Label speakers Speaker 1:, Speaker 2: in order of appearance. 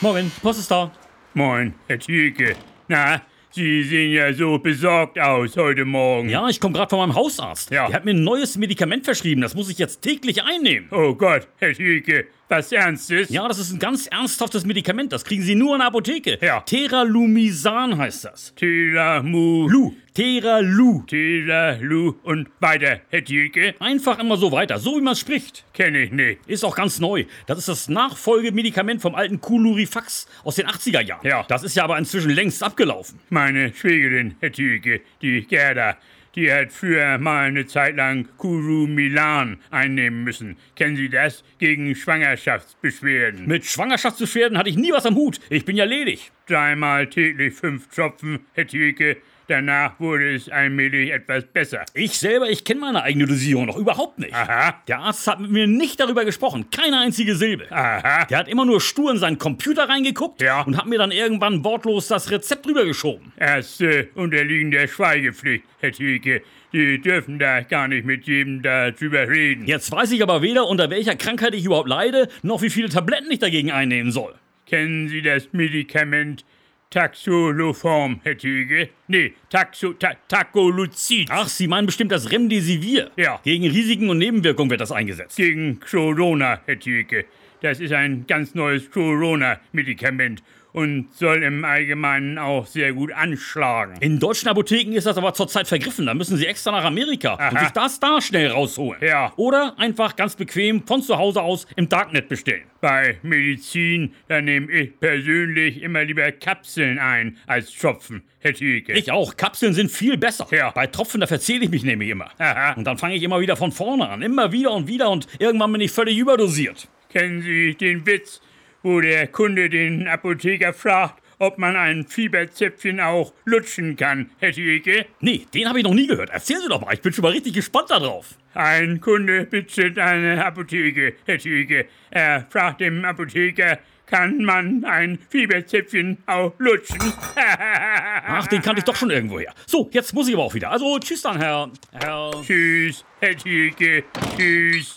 Speaker 1: Morgen, Post ist da.
Speaker 2: Moin, Herr Tüke. Na, Sie sehen ja so besorgt aus heute Morgen.
Speaker 1: Ja, ich komme gerade von meinem Hausarzt.
Speaker 2: Ja.
Speaker 1: Der hat mir ein neues Medikament verschrieben. Das muss ich jetzt täglich einnehmen.
Speaker 2: Oh Gott, Herr Tüke, was Ernstes?
Speaker 1: Ja, das ist ein ganz ernsthaftes Medikament. Das kriegen Sie nur in der Apotheke.
Speaker 2: Ja.
Speaker 1: Teralumisan heißt das.
Speaker 2: Telamu.
Speaker 1: Lu. Teralu.
Speaker 2: Telalu und weiter, Herr Tüke.
Speaker 1: Einfach immer so weiter, so wie man spricht.
Speaker 2: Kenne ich nicht.
Speaker 1: Ist auch ganz neu. Das ist das Nachfolgemedikament vom alten Kulurifax aus den 80er Jahren.
Speaker 2: Ja.
Speaker 1: Das ist ja aber inzwischen längst abgelaufen.
Speaker 2: Meine Schwägerin, Herr Tüke, die Gerda, die hat früher mal eine Zeit lang Kuru Milan einnehmen müssen. Kennen Sie das? Gegen Schwangerschaftsbeschwerden.
Speaker 1: Mit Schwangerschaftsbeschwerden hatte ich nie was am Hut. Ich bin ja ledig.
Speaker 2: dreimal täglich fünf Tropfen, Herr Tüke. Danach wurde es allmählich etwas besser.
Speaker 1: Ich selber, ich kenne meine eigene Dosierung noch überhaupt nicht.
Speaker 2: Aha,
Speaker 1: Der Arzt hat mit mir nicht darüber gesprochen. Keine einzige Silbe.
Speaker 2: aha.
Speaker 1: Der hat immer nur stur in seinen Computer reingeguckt
Speaker 2: Ah. Ja.
Speaker 1: und hat mir dann irgendwann wortlos das Rezept rübergeschoben.
Speaker 2: Ärzte unterliegen der äh, Schweigepflicht, Herr Tüke. Sie dürfen da gar nicht mit jedem darüber reden.
Speaker 1: Jetzt weiß ich aber weder, unter welcher Krankheit ich überhaupt leide, noch wie viele Tabletten ich dagegen einnehmen soll.
Speaker 2: Kennen Sie das Medikament Taxoloform, Herr Tüke? Nee, Taxo, ta, Tacholuzid.
Speaker 1: Ach, Sie meinen bestimmt das Remdesivir.
Speaker 2: Ja.
Speaker 1: Gegen Risiken und Nebenwirkungen wird das eingesetzt.
Speaker 2: Gegen Corona, Herr Tüke. Das ist ein ganz neues Corona-Medikament und soll im Allgemeinen auch sehr gut anschlagen.
Speaker 1: In deutschen Apotheken ist das aber zurzeit vergriffen. Da müssen Sie extra nach Amerika und
Speaker 2: Aha.
Speaker 1: sich das da schnell rausholen.
Speaker 2: Ja.
Speaker 1: Oder einfach ganz bequem von zu Hause aus im Darknet bestellen.
Speaker 2: Bei Medizin, da nehme ich persönlich immer lieber Kapseln ein als Tropfen, Herr Tüke.
Speaker 1: Ich auch. Kapseln sind viel besser.
Speaker 2: Ja.
Speaker 1: Bei Tropfen, da verzähle ich mich nämlich immer.
Speaker 2: Aha.
Speaker 1: Und dann fange ich immer wieder von vorne an. Immer wieder und wieder und irgendwann bin ich völlig überdosiert.
Speaker 2: Kennen Sie den Witz, wo der Kunde den Apotheker fragt, ob man ein Fieberzäpfchen auch lutschen kann, Herr Tüke?
Speaker 1: Nee, den habe ich noch nie gehört. Erzählen Sie doch mal. Ich bin schon mal richtig gespannt darauf.
Speaker 2: Ein Kunde bittet eine Apotheke, Herr Tüke. Er fragt dem Apotheker, kann man ein Fieberzäpfchen auch lutschen?
Speaker 1: Ach, den kannte ich doch schon irgendwo her. So, jetzt muss ich aber auch wieder. Also, tschüss dann, Herr. Herr.
Speaker 2: Tschüss, Herr Tüke. Tschüss.